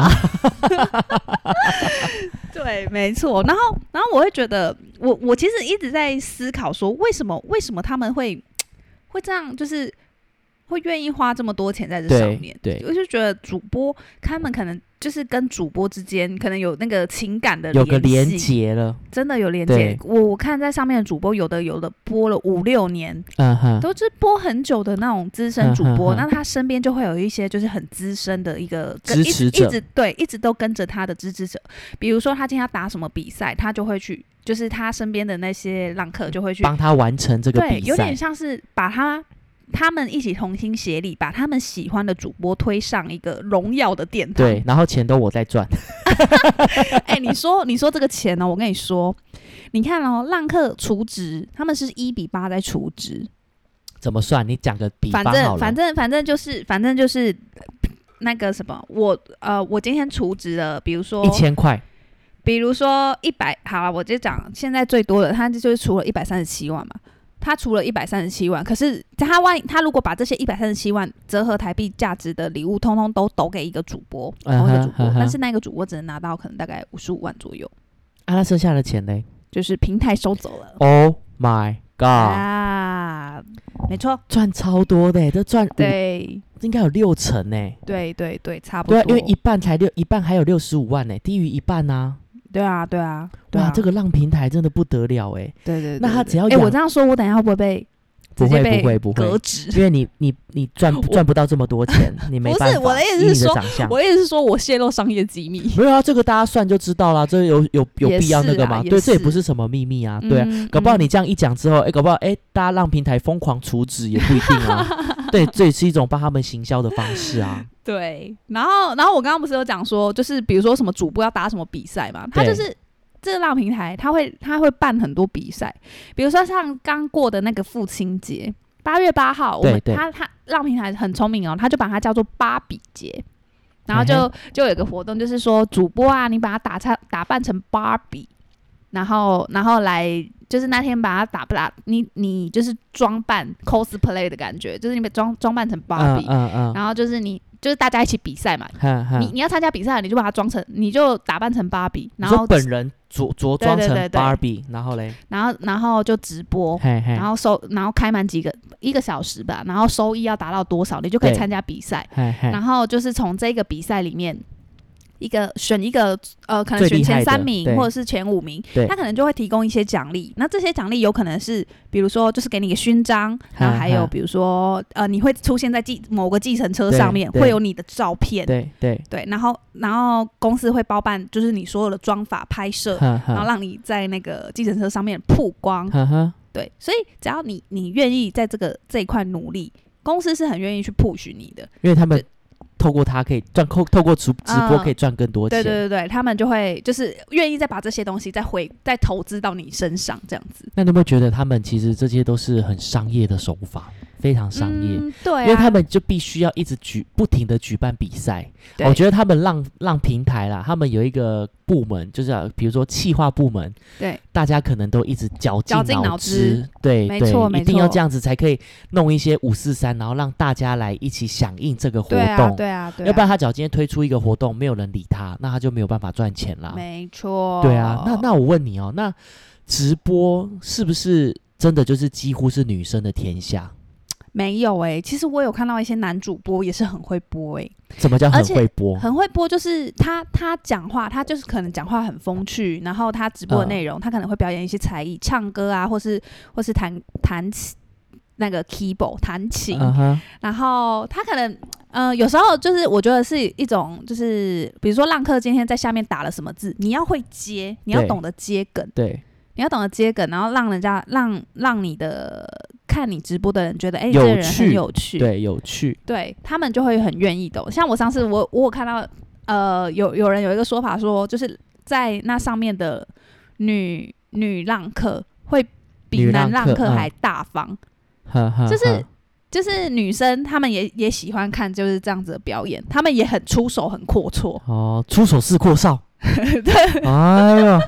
S2: 啊
S1: <laughs> 对，没错。然后，然后我会觉得，我我其实一直在思考说，为什么为什么他们会会这样，就是会愿意花这么多钱在这
S2: 对
S1: 上面。
S2: 对
S1: 我就觉得主播他们可能就是跟主播之间可能有那个情感的
S2: 有个连
S1: 联系，
S2: 结了，
S1: 真的有连接
S2: 对。
S1: 我我看在上面的主播，有的有的播了五六年，
S2: 嗯哼，
S1: 都是播很久的那种资深主
S2: 嗯
S1: 播，
S2: 嗯嗯
S1: 那他身边就会有一些就是很资深的一个跟
S2: 支持者
S1: 一直一直对，一直都跟着他的支持者。比如说他今天要打什么比赛，他就会去，就是他身边的那些浪客就会去，
S2: 嗯帮他完成这个
S1: 对，
S2: 比
S1: 有
S2: 赛
S1: 点，像是把他。他们一起同心协力，把他们喜欢的主播推上一个荣耀的殿堂。
S2: 对，然后钱都我在赚，
S1: <laughs>
S2: <laughs>
S1: 哎、你说你说这个钱呢、哦我跟你说，你看哦，浪客除值，他们是一比八在除值，
S2: 怎么算？你讲个比方
S1: 反
S2: 好
S1: 正
S2: 了，
S1: 反正反正就是反正就是呃那个什么，我呃我今天除值了，比如说
S2: 一千块，
S1: 比如说一百，好了，我就讲现在最多的，他就是除了一百三十七万嘛。他除了一百三十七万，可是他万一他如果把这些一百三十七万折合台币价值的礼物，通通都抖给一个主播，
S2: 嗯
S1: 某一个
S2: 哼
S1: 主播，
S2: 嗯哼
S1: 但是那个主播只能拿到可能大概五十五万左右，
S2: 啊，那剩下的钱呢
S1: 就是平台收走了。
S2: ？Oh my god，
S1: 啊，没错，
S2: 赚超多的，这赚五
S1: 对
S2: 应该有六成呢。
S1: 对对对，差不
S2: 对
S1: 多。
S2: 啊，因为一半才六，一半还有六十五万呢，低于一半呐、
S1: 对啊对啊，对
S2: 哇，
S1: 啊，
S2: 这个浪平台真的不得了哎，
S1: 对对对，
S2: 那他
S1: 对
S2: 只要
S1: 哎、
S2: 养
S1: 我这样说，我等一下会不会被
S2: 不
S1: 直接
S2: 会
S1: 被
S2: 不会不
S1: 革
S2: 会，
S1: 职？ <laughs>
S2: 因为你你你赚赚不到这么多钱，你没
S1: 不是
S2: 办法。
S1: 我的意思
S2: 以
S1: 是
S2: 你
S1: 说
S2: 长相
S1: 我也是说我泄露商业机密，
S2: 没有啊，这个大家算就知道啦，这有有有
S1: 也
S2: 必要那
S1: 是
S2: 个
S1: 啊
S2: 吗？
S1: 也
S2: 对，这也
S1: 是嗯
S2: 不是什么秘密啊，对啊。搞不好你这样一讲之后，哎，搞不好哎，大家让平台疯狂除职也不一定
S1: <laughs>
S2: 啊。对，这也是一种帮他们行销的方式啊。
S1: 对。然后，然后我刚刚不是有讲说，就是比如说什么主播要打什么比赛嘛，他
S2: 对
S1: 就是。这个浪平台，他会他会办很多比赛，比如说像刚过的那个父亲节，八月八号，我们
S2: 对对
S1: 他他浪平台很聪明哦，他就把它叫做芭比节，然后
S2: 嘿嘿
S1: 就就有一个活动，就是说主播啊，你把它打成打扮成芭比，然后然后来就是那天把它打不打你你就是装扮 cosplay 的感觉，就是你把装装扮成芭
S2: 嗯
S1: 比、
S2: 嗯嗯
S1: 然后就是你就是大家一起比赛嘛，
S2: 哼哼，
S1: 你你要参加比赛，你就把它装成，你就打扮成芭比，
S2: 你
S1: 然
S2: 说
S1: 后
S2: 本人着着装
S1: 对对
S2: 成
S1: 对对
S2: Barbie，然后嘞，
S1: 然后然后就直播。
S2: 嘿嘿，
S1: 然后收，然后开满几个一个小时吧，然后收益要达到多少，你就可以
S2: 对
S1: 参加比赛。
S2: 嘿嘿，
S1: 然后就是从这个比赛里面。一个选一个呃，可能
S2: 最
S1: 选
S2: 厉害
S1: 前
S2: 的
S1: 三名
S2: 对
S1: 或者是前五名
S2: 对，
S1: 他可能就会提供一些奖励。那这些奖励有可能是，比如说就是给你一个勋章，
S2: 嗯
S1: 然后还有
S2: 哈
S1: 比如说呃，你会出现在计某个计程车
S2: 对
S1: 上面，
S2: 对
S1: 会有你的照片，
S2: 对对，
S1: 对，然后然后公司会包办就是你所有的妆法拍摄，
S2: 哼
S1: 然后
S2: 哼
S1: 让你在那个计程车上面曝光。
S2: 哼哼，
S1: 对，所以只要你你愿意在这个这一块努力，公司是很愿意去 push 你的。
S2: 因为他们
S1: 对
S2: 透过他可以赚，透透过直直播
S1: 嗯
S2: 可以赚更多
S1: 对
S2: 钱，
S1: 对对对，他们就会就是愿意再把这些东西再回再投资到你身上，这样子。
S2: 那你有没有觉得他们其实这些都是很商业的手法，非常商业？
S1: 嗯、对、啊，
S2: 因为他们哦就必须要一直举不停的举办比赛，
S1: 对
S2: 我觉得他们让让平台啦，他们有一个部门，就是啊比如说企划部门，
S1: 对，
S2: 大家可能都一直绞
S1: 绞尽
S2: 脑
S1: 脑汁
S2: 对
S1: 没
S2: 对
S1: 错，没
S2: 一定要
S1: 错
S2: 这样子才可以弄一些五四三，然后让大家来一起响应这个活
S1: 对啊
S2: 动，
S1: 对啊对啊，
S2: 要不然他只要今天推出一个活动，没有人理他，那他就没有办法赚钱啦。
S1: 没错，
S2: 对啊，那那我问你哦，那直播是不是真的就是几乎是女生的天下？
S1: 没有哎、其实我有看到一些男主播也是很会播哎、
S2: 怎么叫
S1: 而
S2: 很
S1: 且
S2: 会播？
S1: 很会播，就是他他讲话，他就是可能讲话很风趣，然后他直播的
S2: 嗯
S1: 内容，他可能会表演一些才艺，唱歌啊，或是或是弹弹琴那个 keyboard 弹琴，
S2: 嗯哼，
S1: 然后他可能，呃，有时候就是我觉得是一种，就是比如说浪客今天在下面打了什么字，你要会接，你要
S2: 对
S1: 懂得接梗，
S2: 对，
S1: 你要懂得接梗，然后让人家让让你的看你直播的人觉得，哎、这
S2: 有
S1: 个人很
S2: 趣
S1: 有趣，
S2: 对，有趣。
S1: 对他们就会很愿意的哦。像我上次我我有看到，呃，有有人有一个说法说，就是在那上面的女女浪客会比
S2: 女
S1: 男
S2: 浪
S1: 浪
S2: 客
S1: 客
S2: 嗯
S1: 还大方，
S2: 呵呵
S1: 就是
S2: 呵
S1: 就是女生她们也也喜欢看就是这样子的表演，她们也很出手很阔绰。
S2: 哦，出手是阔
S1: <laughs>
S2: 少。哎呦，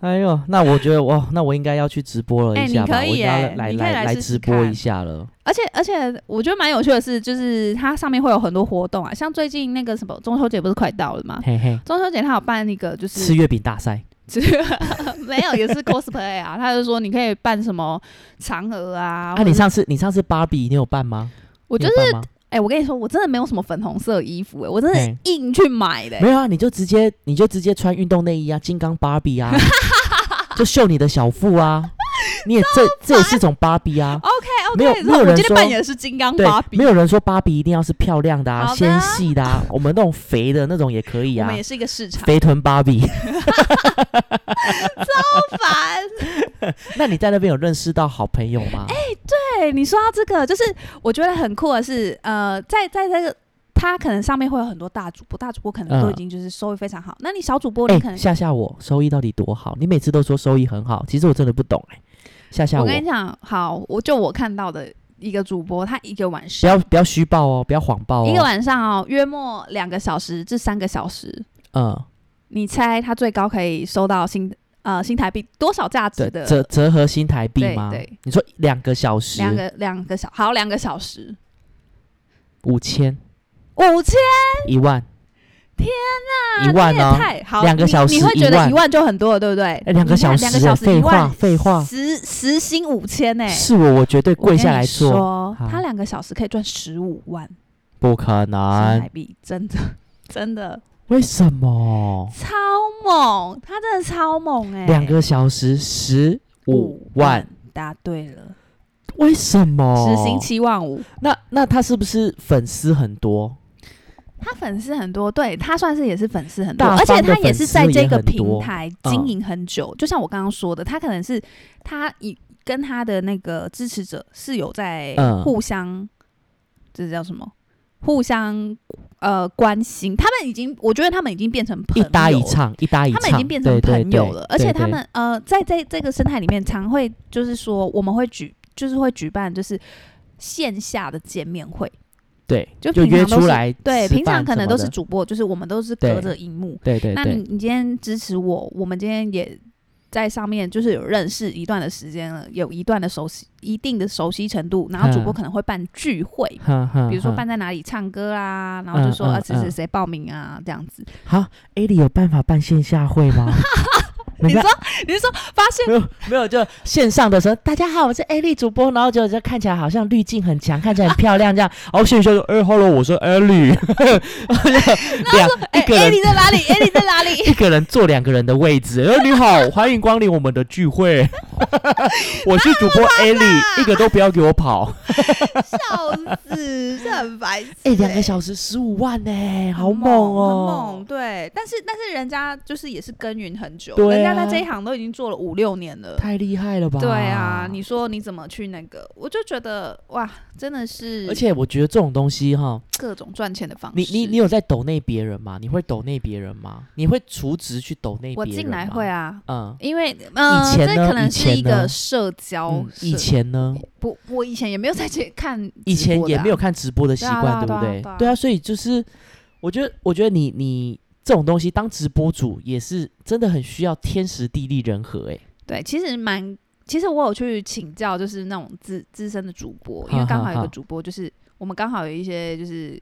S2: 哎呦，那我觉得哇，那我应该要去直播了
S1: 哎
S2: 一下
S1: 你
S2: 吧，
S1: 可
S2: 我
S1: 以
S2: 应该
S1: 哎
S2: 要来
S1: 你可以
S2: 来
S1: 来试试
S2: 直播一
S1: 看
S2: 下了。
S1: 而且而且我觉得蛮有趣的是，就是它上面会有很多活动啊，像最近那个什么中秋节不是快到了吗？
S2: 嘿嘿，
S1: 中秋节它有办一个啊就是
S2: 吃月饼大赛，
S1: 只 <laughs> 没有，也是
S2: <laughs>
S1: cosplay 啊。他就说你可以扮什么嫦娥啊，
S2: 啊，
S1: 或者
S2: 你
S1: 是
S2: 上次你上次芭比你有办吗？
S1: 我
S2: 你
S1: 就
S2: 有
S1: 是，
S2: 办吗
S1: 哎、我跟你说，我真的没有什么粉红色的衣服、哎，我真的
S2: 嘿
S1: 硬去买的、哎
S2: 没有啊，你就直接你就直接穿运动内衣啊，金刚芭比
S1: <laughs>
S2: 啊，就秀你的小腹啊，你也这这也是一种芭比啊。
S1: OK
S2: 没有
S1: OK，
S2: 没有
S1: 我
S2: 人
S1: 今天
S2: 说
S1: 扮演的是金刚
S2: 对
S1: 芭，比，
S2: 没有人说芭比一定要是漂亮的啊、
S1: 好的
S2: 纤细的啊，我们那种肥的那种也可以
S1: 我
S2: 啊
S1: 们也，是一个市场，
S2: 肥臀芭比。 <laughs>
S1: 不烦。
S2: 那你在那边有认识到好朋友吗？
S1: 哎对，欸你说到这个，就是我觉得很酷的是，呃，在在这个。他可能上面会有很多大主播，大主播可能都已
S2: 嗯
S1: 经就是收益非常好。那你小主播，
S2: 哎、
S1: 你可能、
S2: 吓吓我，收益到底多好？你每次都说收益很好，其实我真的不懂哎、吓吓
S1: 我
S2: 我，
S1: 跟你讲，好，我就我看到的一个主播，他一个晚
S2: 不
S1: 上，
S2: 要不要虚报哦，不要谎报
S1: 一个
S2: 哦。
S1: 晚上哦，约莫两个小时至三个小时，
S2: 嗯，
S1: 你猜他最高可以收到新呃新台币多少价值
S2: 折
S1: 的？
S2: 折折合新台币
S1: 对
S2: 吗？
S1: 对
S2: 你说两个小时，
S1: 两个两个小好两个小时
S2: 五千
S1: 五千
S2: 一万，
S1: 天
S2: 一
S1: 啊
S2: 万
S1: 你也
S2: 哦，
S1: 太好，
S2: 两个小时
S1: 你你会觉
S2: 一万
S1: 得一万就很多了，对不对？
S2: 哎两个
S1: 你看
S2: 小
S1: 两个
S2: 时
S1: 小
S2: 哎
S1: 时
S2: 废
S1: 一
S2: 话
S1: 万
S2: 废话
S1: 时时薪五千呢，
S2: 是我，我绝对
S1: 我跟
S2: 跪下
S1: 你
S2: 来做，
S1: 说
S2: 好
S1: 他两个小时可以赚十五万
S2: 不可
S1: 新
S2: 能
S1: 台，币，真的 <laughs> 真的
S2: 为什么？
S1: 超猛，他真的超猛哎，
S2: 两个小时十五万，，
S1: 答对了，
S2: 为什么？
S1: 时薪七万五。
S2: 那那他是不是粉丝很多？
S1: 他粉丝很多，对他算是也是粉丝很多，
S2: 大
S1: 而且
S2: 方的
S1: 他也是在
S2: 粉丝也
S1: 这个
S2: 很多嗯
S1: 平台经营很久。就像我刚刚说的，他可能是他以跟他的那个支持者是有在
S2: 嗯
S1: 互相，这叫什么？互相呃关心，他们已经，我觉得他们已经变成朋
S2: 一
S1: 友
S2: 搭一
S1: 了
S2: 唱，一搭一
S1: 他
S2: 唱，
S1: 们已经变成
S2: 对对
S1: 朋友
S2: 对
S1: 了，而
S2: 对
S1: 且他
S2: 对
S1: 们呃，在在这个生态里面，常会就是说我们会举，就是会举办就是线下的见面会，
S2: 对
S1: 就
S2: 就
S1: 平常
S2: 约
S1: 都
S2: 出
S1: 是
S2: 来吃饭什么的，
S1: 对，平常可能都是主播，就是我们都是
S2: 对
S1: 隔着荧幕。
S2: 对对
S1: 那你
S2: 对
S1: 你今天支持我，我们今天也在上面就是有认识一段的时间了，有一段的熟悉一定的熟悉程度，然后主播
S2: 嗯
S1: 可能会办聚会，
S2: 哼，哼
S1: 比如说
S2: 哼
S1: 办在哪里唱歌啊，然后就说
S2: 嗯
S1: 啊
S2: 嗯
S1: 谁谁
S2: 嗯
S1: 谁报名啊这样子。
S2: 好，A 里有办法办线下会吗？人
S1: <laughs> 你
S2: 家
S1: 说你是说发现
S2: 没有没有，就线上的时候，大家好，我是 A 丽主播，然后就就看起来好像滤镜很强，看起来很漂亮这样。
S1: <laughs>
S2: 然后线下说，哎、h e l l o 我是 A 丽，两
S1: 哎
S2: 一个
S1: 艾
S2: 人
S1: 莉在 <laughs> 哪里？艾莉在哪里？
S2: 一个人坐两个人的位置。呃，你
S1: <laughs>
S2: 好，欢迎光临我们的聚会，我是主播 A 丽，一个都不要给我跑。
S1: 笑死，这很白痴、
S2: 哎、两个小时十五万呢、好
S1: 很
S2: 猛哦、
S1: 很猛，对。但是但是人家就是也是耕耘很久，
S2: 对啊
S1: 人家在这一行都已经做了五六年了。
S2: 太厉害了吧？
S1: 对啊，你说你怎么去那个？我就觉得哇，真的是，
S2: 而且我觉得这种东西哈，
S1: 各种赚钱的方式。
S2: 你你你有在抖内别人吗？你会抖内别人吗？你会除职去抖内别人吗？
S1: 我进来会，啊，
S2: 嗯。
S1: 因为呃，
S2: 以前
S1: 这
S2: 呢
S1: 可能
S2: 以
S1: 是
S2: 前
S1: 一个
S2: 呢
S1: 社交。
S2: 嗯，
S1: 社
S2: 以前呢，
S1: 不，我以前也没有在这看、
S2: 以前也没有。看直播的习
S1: 对啊
S2: 惯，
S1: 对
S2: 不
S1: 啊对啊
S2: 对
S1: 对啊？
S2: 对啊，所以就是，我觉得，我觉得你你这种东西当直播主也是真的很需要天时地利人和，哎，
S1: 对，其实蛮，其实我有去请教，就是那种资资深的主播，因为
S2: 哈
S1: 刚
S2: 哈
S1: 好有
S2: 哈
S1: 个主播，就是我们刚好有一些就是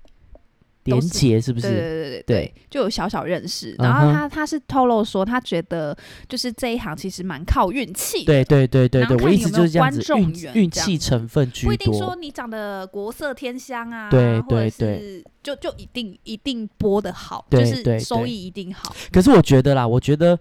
S2: 连
S1: 都是
S2: 结是不
S1: 对对
S2: 是？
S1: 对
S2: 对
S1: 对对，就有小小认识。
S2: 嗯
S1: 然后
S2: 哼
S1: 他他是透露说，他觉得就是这一行其实蛮靠运气，，
S2: 对对对对
S1: 然后
S2: 对，我
S1: 看
S2: 一
S1: 你有
S2: 直
S1: 没
S2: 就
S1: 有
S2: 是这样
S1: 观
S2: 子，
S1: 众
S2: 运
S1: 缘
S2: 运
S1: 这样
S2: 气
S1: 子
S2: 成分居
S1: 不一定说
S2: 多，
S1: 你长得国色天香啊，
S2: 对
S1: 或者
S2: 对对
S1: 是就就一定一定播的好，
S2: 对
S1: 就
S2: 对
S1: 是收
S2: 对
S1: 益一定好。
S2: 可是我觉得啦，我觉得，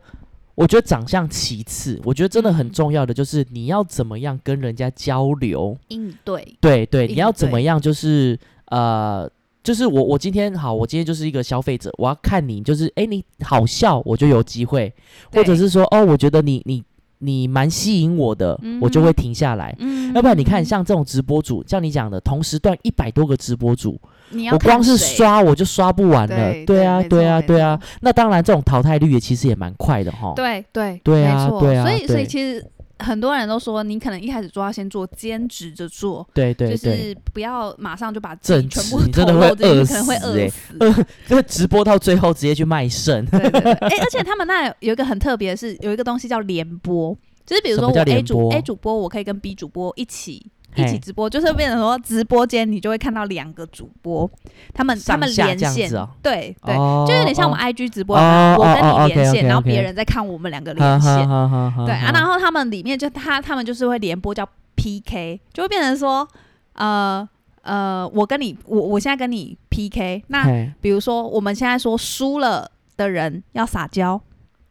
S2: 我觉得长相其次，我觉得真的很
S1: 嗯
S2: 重要的就是你要怎么样跟人家交流，
S1: 应对，
S2: 对对，你
S1: 应
S2: 要怎
S1: 对
S2: 么样？就是呃，就是我我今天好，我今天就是一个消费者，我要看你，就是诶，你好笑，我就有机会，或者
S1: 对
S2: 是说哦，我觉得你你你蛮吸引我的，我就会停下来。
S1: 嗯
S2: 要不然你看，像这种直播主，像你讲的，同时段一百多个直播主，
S1: 你要
S2: 我光
S1: 看
S2: 是
S1: 谁
S2: 刷我就刷不完了。
S1: 对
S2: 对啊，
S1: 没错
S2: 对啊，
S1: 没
S2: 对啊
S1: 错。
S2: 那当然，这种淘汰率也其实也蛮快的哈。
S1: 对对
S2: 对
S1: 没
S2: 啊
S1: 错
S2: 对啊
S1: 所以所以
S2: 对
S1: 其实很多人都说，你可能一开始做要先做兼职着做，
S2: 对对
S1: 就
S2: 对，
S1: 是不要马上就把自己
S2: 正
S1: 全
S2: 职
S1: 部
S2: 你真的
S1: 投
S2: 会
S1: 入进去
S2: 饿
S1: 可能会
S2: 死
S1: 饿
S2: 欸
S1: 死。
S2: 那直播到最后直接去卖肾。
S1: 对
S2: <laughs>
S1: 对对，哎、而且他们那有一个很特别的是，有一个东西叫联播，就是比如
S2: 什
S1: 说
S2: 么
S1: 我
S2: 叫
S1: A
S2: 联
S1: 主
S2: 播
S1: A 主播，我可以跟 B 主播一起。一起
S2: 嘿
S1: 直播就是变成说，直播间你就会看到两个主播，他们他
S2: 上
S1: 们
S2: 下
S1: 连
S2: 这样
S1: 线
S2: 子哦，
S1: 对对，
S2: 哦
S1: 就有点像我
S2: 哦
S1: 们 IG 直播有没有，
S2: 哦
S1: 我
S2: 哦哦
S1: 跟你连线，
S2: ，OK，OK，OK
S1: 然后别人在看我们两个
S2: 哈
S1: 连
S2: 哈
S1: 线，
S2: 哦哈哈哈
S1: 对啊
S2: 哈，
S1: 然后他们里面就他他们就是会联播叫 PK，就会变成说，呃呃，我跟你，我我现在跟你 PK，那
S2: 嘿
S1: 比如说我们现在说输了的人要撒娇，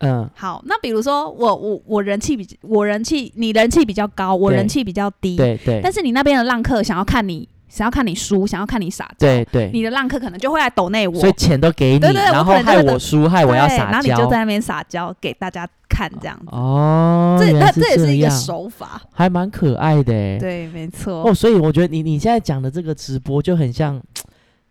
S2: 嗯，
S1: 好，那比如说我我我人气比我人气你人气比较高，我人
S2: 对
S1: 气比较低，
S2: 对对，
S1: 但是你那边的浪客想要看你想要看你输，想要看你撒娇，
S2: 对对，
S1: 你的浪客可能就会来抖内我，
S2: 所以钱都给你，
S1: 对对对
S2: 然
S1: 我
S2: 后
S1: 可能
S2: 害
S1: 真的
S2: 我输，害我要
S1: 对然
S2: 撒
S1: 后你就
S2: 娇。
S1: 在那边撒娇给大家看这样子，
S2: 哦，
S1: 这
S2: 原
S1: 那
S2: 来
S1: 这也是一个
S2: 样，
S1: 手法，
S2: 还蛮可爱的欸。
S1: 对，没错，
S2: 哦，所以我觉得你你现在讲的这个直播就很像，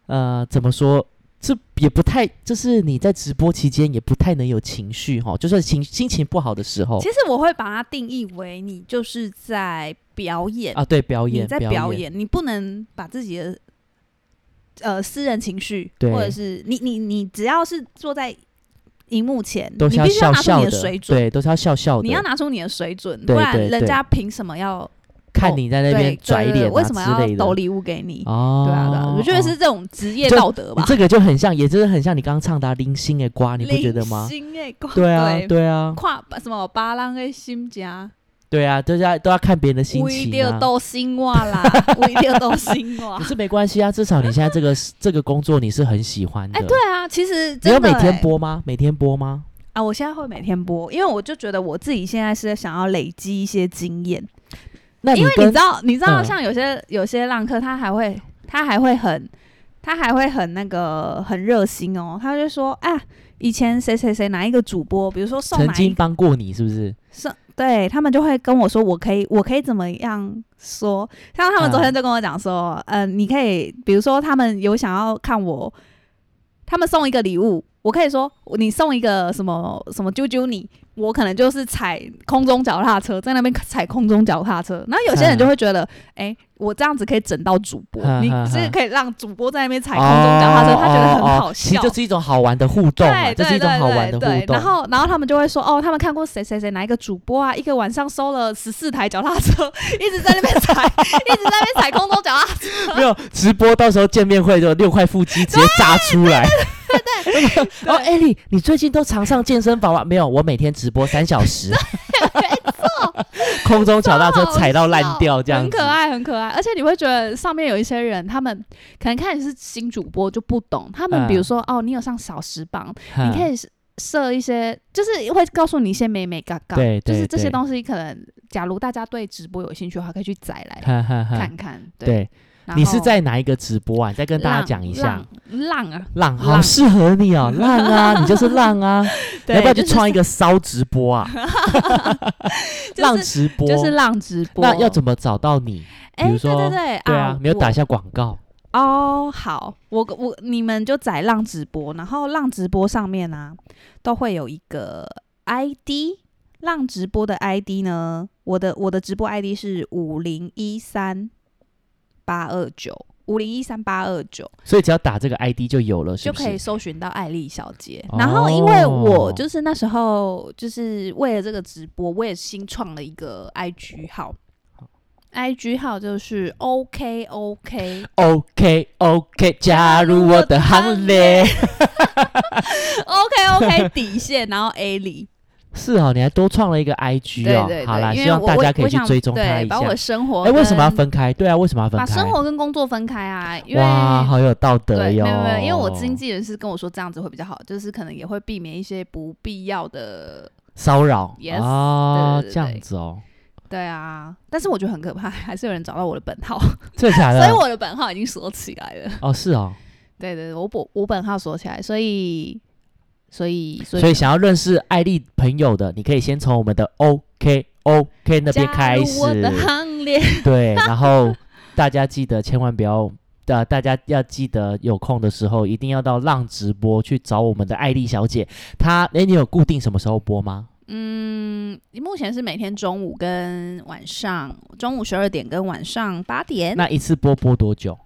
S2: 呃，怎么说？这也不太，就是你在直播期间也不太能有情绪哈，就算情心情不好的时候
S1: 其实我会把它定义为你就是在表演，
S2: 啊，对，表
S1: 你
S2: 演，
S1: 在
S2: 表演，
S1: 演，你不能把自己的呃私人情绪，
S2: 对
S1: 或者是你你你只要是坐在荧幕前，
S2: 都是
S1: 你必须要
S2: 笑
S1: 拿出
S2: 笑
S1: 你的水准，
S2: 对，都是要笑笑的。
S1: 你要拿出你的水准，
S2: 对
S1: 不然
S2: 对
S1: 人
S2: 对
S1: 家凭什么要
S2: 看你在那
S1: 对
S2: 边拽
S1: 对对
S2: 脸、啊、
S1: 为什么
S2: 之
S1: 要
S2: 类的
S1: 抖礼物给你？
S2: 哦，
S1: 对啊，对啊，我觉得
S2: 哦
S1: 是这种职业
S2: 就
S1: 道德吧
S2: 你。这个就很像，也真的很像你刚刚唱的啊《零星的 <laughs> 瓜》，你不
S1: 零
S2: 觉得吗？
S1: 星欸光
S2: 对啊，对啊，
S1: 跨什么巴浪的心家，对
S2: 对啊，都是要都要看别人的心
S1: 不一
S2: 情
S1: 定
S2: 啊。
S1: 都心话
S2: <laughs>
S1: 啦，不一定都心话
S2: 可。是没关系啊，至少你现在这个这个工作你是很喜欢的。
S1: 哎，对啊，其实
S2: 你
S1: 真
S2: 有
S1: 的
S2: 每天
S1: 欸
S2: 播吗？每天播吗？
S1: 啊，我现在会每天播，因为我就觉得我自己现在是想要累积一些经验，
S2: 那你
S1: 因为你
S2: 跟
S1: 知道，你知道
S2: 嗯
S1: 像有些、有些浪客他还会他还会很他还会很那个很热心哦，他就说啊，以前谁谁谁哪一个主播，比如说送
S2: 曾
S1: 哪
S2: 经
S1: 一
S2: 帮过你是不是？
S1: 送，对他们就会跟我说，我可以我可以怎么样说，像他们昨
S2: 嗯
S1: 天就跟我讲说，嗯、你可以比如说他们有想要看我，他们送一个礼物。我可以说，你送一个什么什么啾啾你，我可能就是踩空中脚踏车，在那边踩空中脚踏车。然后有些
S2: 嗯
S1: 人就会觉得，哎、我这样子可以整到主播，
S2: 嗯
S1: 你
S2: 嗯
S1: 这
S2: 嗯
S1: 可以让主播在那边踩空中脚踏车，
S2: 哦
S1: 他觉得很
S2: 哦哦
S1: 好
S2: 其实
S1: 笑。
S2: 这是一种好玩的互动啊，
S1: 对
S2: 这
S1: 对
S2: 是一
S1: 对
S2: 种好玩的
S1: 对对
S2: 互动。
S1: 然后然后他们就会说，哦，他们看过谁谁谁哪一个主播啊，一个晚上收了十四台脚踏车， <laughs> 一直在那边
S2: <laughs>
S1: 踩，一直在那边踩空中脚踏车。
S2: 没有直播，到时候见面会就六块腹肌直接炸出来。对哦，艾莉，你最近都常上健身房吗？没有，我每天直播三小时。空中脚踏车踩到烂掉，这样
S1: 很
S2: 子
S1: 可爱，很可爱。而且你会觉得上面有一些人，他们可能看你是新主播就不懂，他们
S2: 嗯
S1: 比如说、哦，你有上小时榜，
S2: 哼
S1: 你可以是设一些，就是会告诉你一些美美嘎嘎，
S2: 对
S1: 就是
S2: 对
S1: 这些
S2: 对
S1: 东西可能，假如大家对直播有兴趣的话，可以去载来
S2: 哈哈哈
S1: 看看。对，
S2: 对，
S1: 然
S2: 你是
S1: 后
S2: 在哪一个直播啊？你再跟大家讲一下。
S1: 浪浪浪啊，
S2: 浪好
S1: 浪
S2: 适合你哦，浪啊，你就是浪
S1: <laughs>
S2: 啊，你
S1: 对
S2: 要不要去
S1: 就是
S2: 创一个骚直播啊？
S1: <laughs> 就是
S2: 浪直播
S1: 就是浪直播，
S2: 那要怎么找到你？
S1: 哎？
S2: 比如说
S1: 对对对，
S2: 对啊，没有
S1: 我
S2: 打下广告。
S1: 哦。好，我我你们就载浪直播，然后浪直播上面啊都会有一个 ID，浪直播的 ID 呢，我的我的直播 ID 是五零一三八二九。五零一三八二九
S2: 所以只要打这个 ID 就有了，是
S1: 就
S2: 不
S1: 可以
S2: 是？
S1: 搜寻到艾丽小姐。
S2: 哦
S1: 然后，因为我就是那时候就是为了这个直播，我也新创了一个 IG 号，IG 号就是 OK
S2: <laughs>
S1: OK
S2: OK OK，加入我的行列。
S1: OK <laughs> OK 底线，然后 A 里，
S2: 是哦，你还多创了一个 IG
S1: 对
S2: 哦。
S1: 对
S2: 好啦，
S1: 对，因
S2: 希
S1: 为
S2: 望
S1: 我
S2: 大家可
S1: 我
S2: 以去
S1: 想
S2: 追踪他
S1: 对，
S2: 一下
S1: 把。我生活
S2: 哎，为什么要
S1: 跟
S2: 分开？对啊，为什么要分
S1: 把
S2: 开？
S1: 生活跟工作分开啊？因为
S2: 哇，好有道德
S1: 对，没
S2: 哟。
S1: 有没有，没有因为我经纪人是跟我说这样子会比较好，就是可能也会避免一些不必要的，
S2: 骚扰
S1: Yes，
S2: 啊，
S1: 对对对对
S2: 这样子哦，
S1: 对啊。但是我觉得很可怕， <laughs> 还是有人找到我的本号，
S2: <laughs> 真的假的？
S1: 所以我的本号已经锁起来了。
S2: 哦是哦，
S1: 哎对对对，我本我本号锁起来，所以所以所以
S2: 所以想要认识艾丽朋友的，你可以先从我们的 OK OK 那边开
S1: 加入我的
S2: 始，
S1: 行列，
S2: <laughs> 对，然后大家记得千万不要。呃，大家要记得有空的时候，一定要到浪直播去找我们的艾丽小姐。她，哎，你有固定什么时候播吗？
S1: 嗯，目前是每天中午跟晚上，中午十二点跟晚上八点，
S2: 那一次播播多久？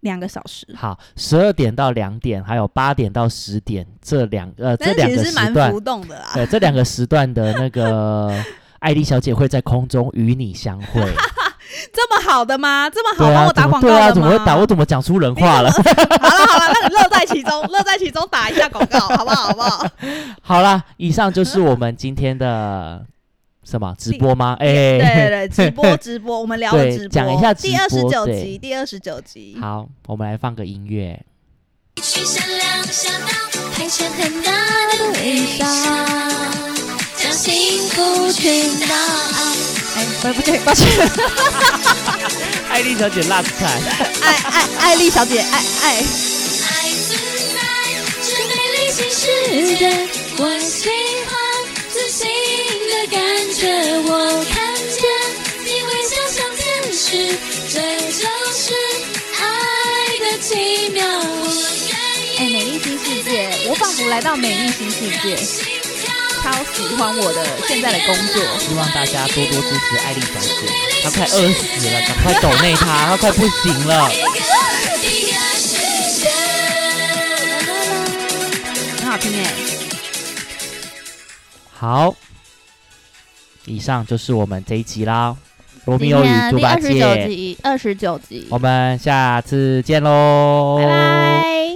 S1: 两个小时。
S2: 好，十二点到两点，还有八点到十点这两呃这
S1: 但
S2: 两
S1: 是其
S2: 个
S1: 实是
S2: 时
S1: 蛮
S2: 段
S1: 浮，动的啦。
S2: <laughs> 对，这两个时段的那
S1: <laughs>
S2: 个艾丽小姐会在空中与你相会。
S1: 这么好的吗？这么好
S2: 对
S1: 帮
S2: 啊，
S1: 我打
S2: 怎么
S1: 广告
S2: 对啊？
S1: 的
S2: 怎
S1: 吗？
S2: 么会打？我怎么讲出人话了？ <laughs>
S1: 好了好了，那你乐在其中，乐在其中
S2: <laughs>
S1: 打一下广告，好不好？好不好？
S2: 好啦，以上就是我们今天的什
S1: <laughs>
S2: 么直播吗？哎，
S1: 对对对，直播直播，我们聊了
S2: 对
S1: 直
S2: <laughs>
S1: 播，
S2: 讲一下直
S1: 第二十
S2: 播
S1: 九
S2: 对
S1: 集，第二十九集，
S2: <laughs> 好，我们来放个音乐。
S3: 一曲响亮相当，拍成很大的微笑，将幸福truyền达。
S1: 哎，对不对，抱歉，
S2: 艾丽小姐辣菜，
S1: <laughs> 艾艾艾丽小姐，艾艾，
S3: 爱存在，这美丽新时代，我喜欢自信的感觉。我看见你微笑像天使，这就是爱的奇妙。
S1: 哎，美丽新世界，我仿佛来到美丽新世界，超喜欢我的现在的工作。
S2: 希望大家多多支持艾丽小姐，她快饿死了，赶快抖内
S1: <laughs>
S2: 她，她快不行了。
S3: 一个世界。
S1: 很好听哎、
S2: 好，以上就是我们这一集啦，《罗
S1: 今
S2: 密欧与
S1: 天啊
S2: 猪
S1: 第
S2: 八
S1: 二十九
S2: 戒》，哦
S1: 集，二十九集，
S2: 我们下次见喽，
S1: 拜拜。